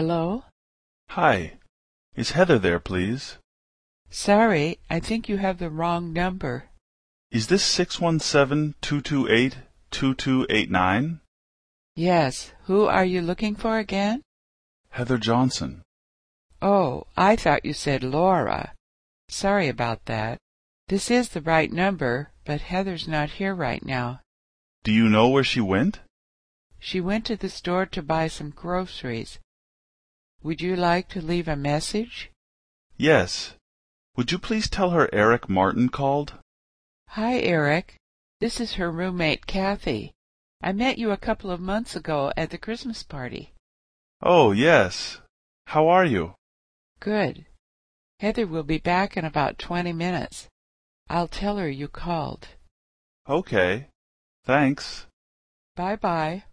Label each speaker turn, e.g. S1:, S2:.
S1: Hello?
S2: Hi. Is Heather there, please?
S1: Sorry, I think you have the wrong number.
S2: Is this six one seven two two eight two two eight nine?
S1: Yes, who are you looking for again?
S2: Heather Johnson.
S1: Oh, I thought you said Laura. Sorry about that. This is the right number, but Heather's not here right now.
S2: Do you know where she went?
S1: She went to the store to buy some groceries. Would you like to leave a message?
S2: Yes. Would you please tell her Eric Martin called?
S1: Hi, Eric. This is her roommate, Kathy. I met you a couple of months ago at the Christmas party.
S2: Oh, yes. How are you?
S1: Good. Heather will be back in about twenty minutes. I'll tell her you called.
S2: Okay. Thanks.
S1: Bye bye.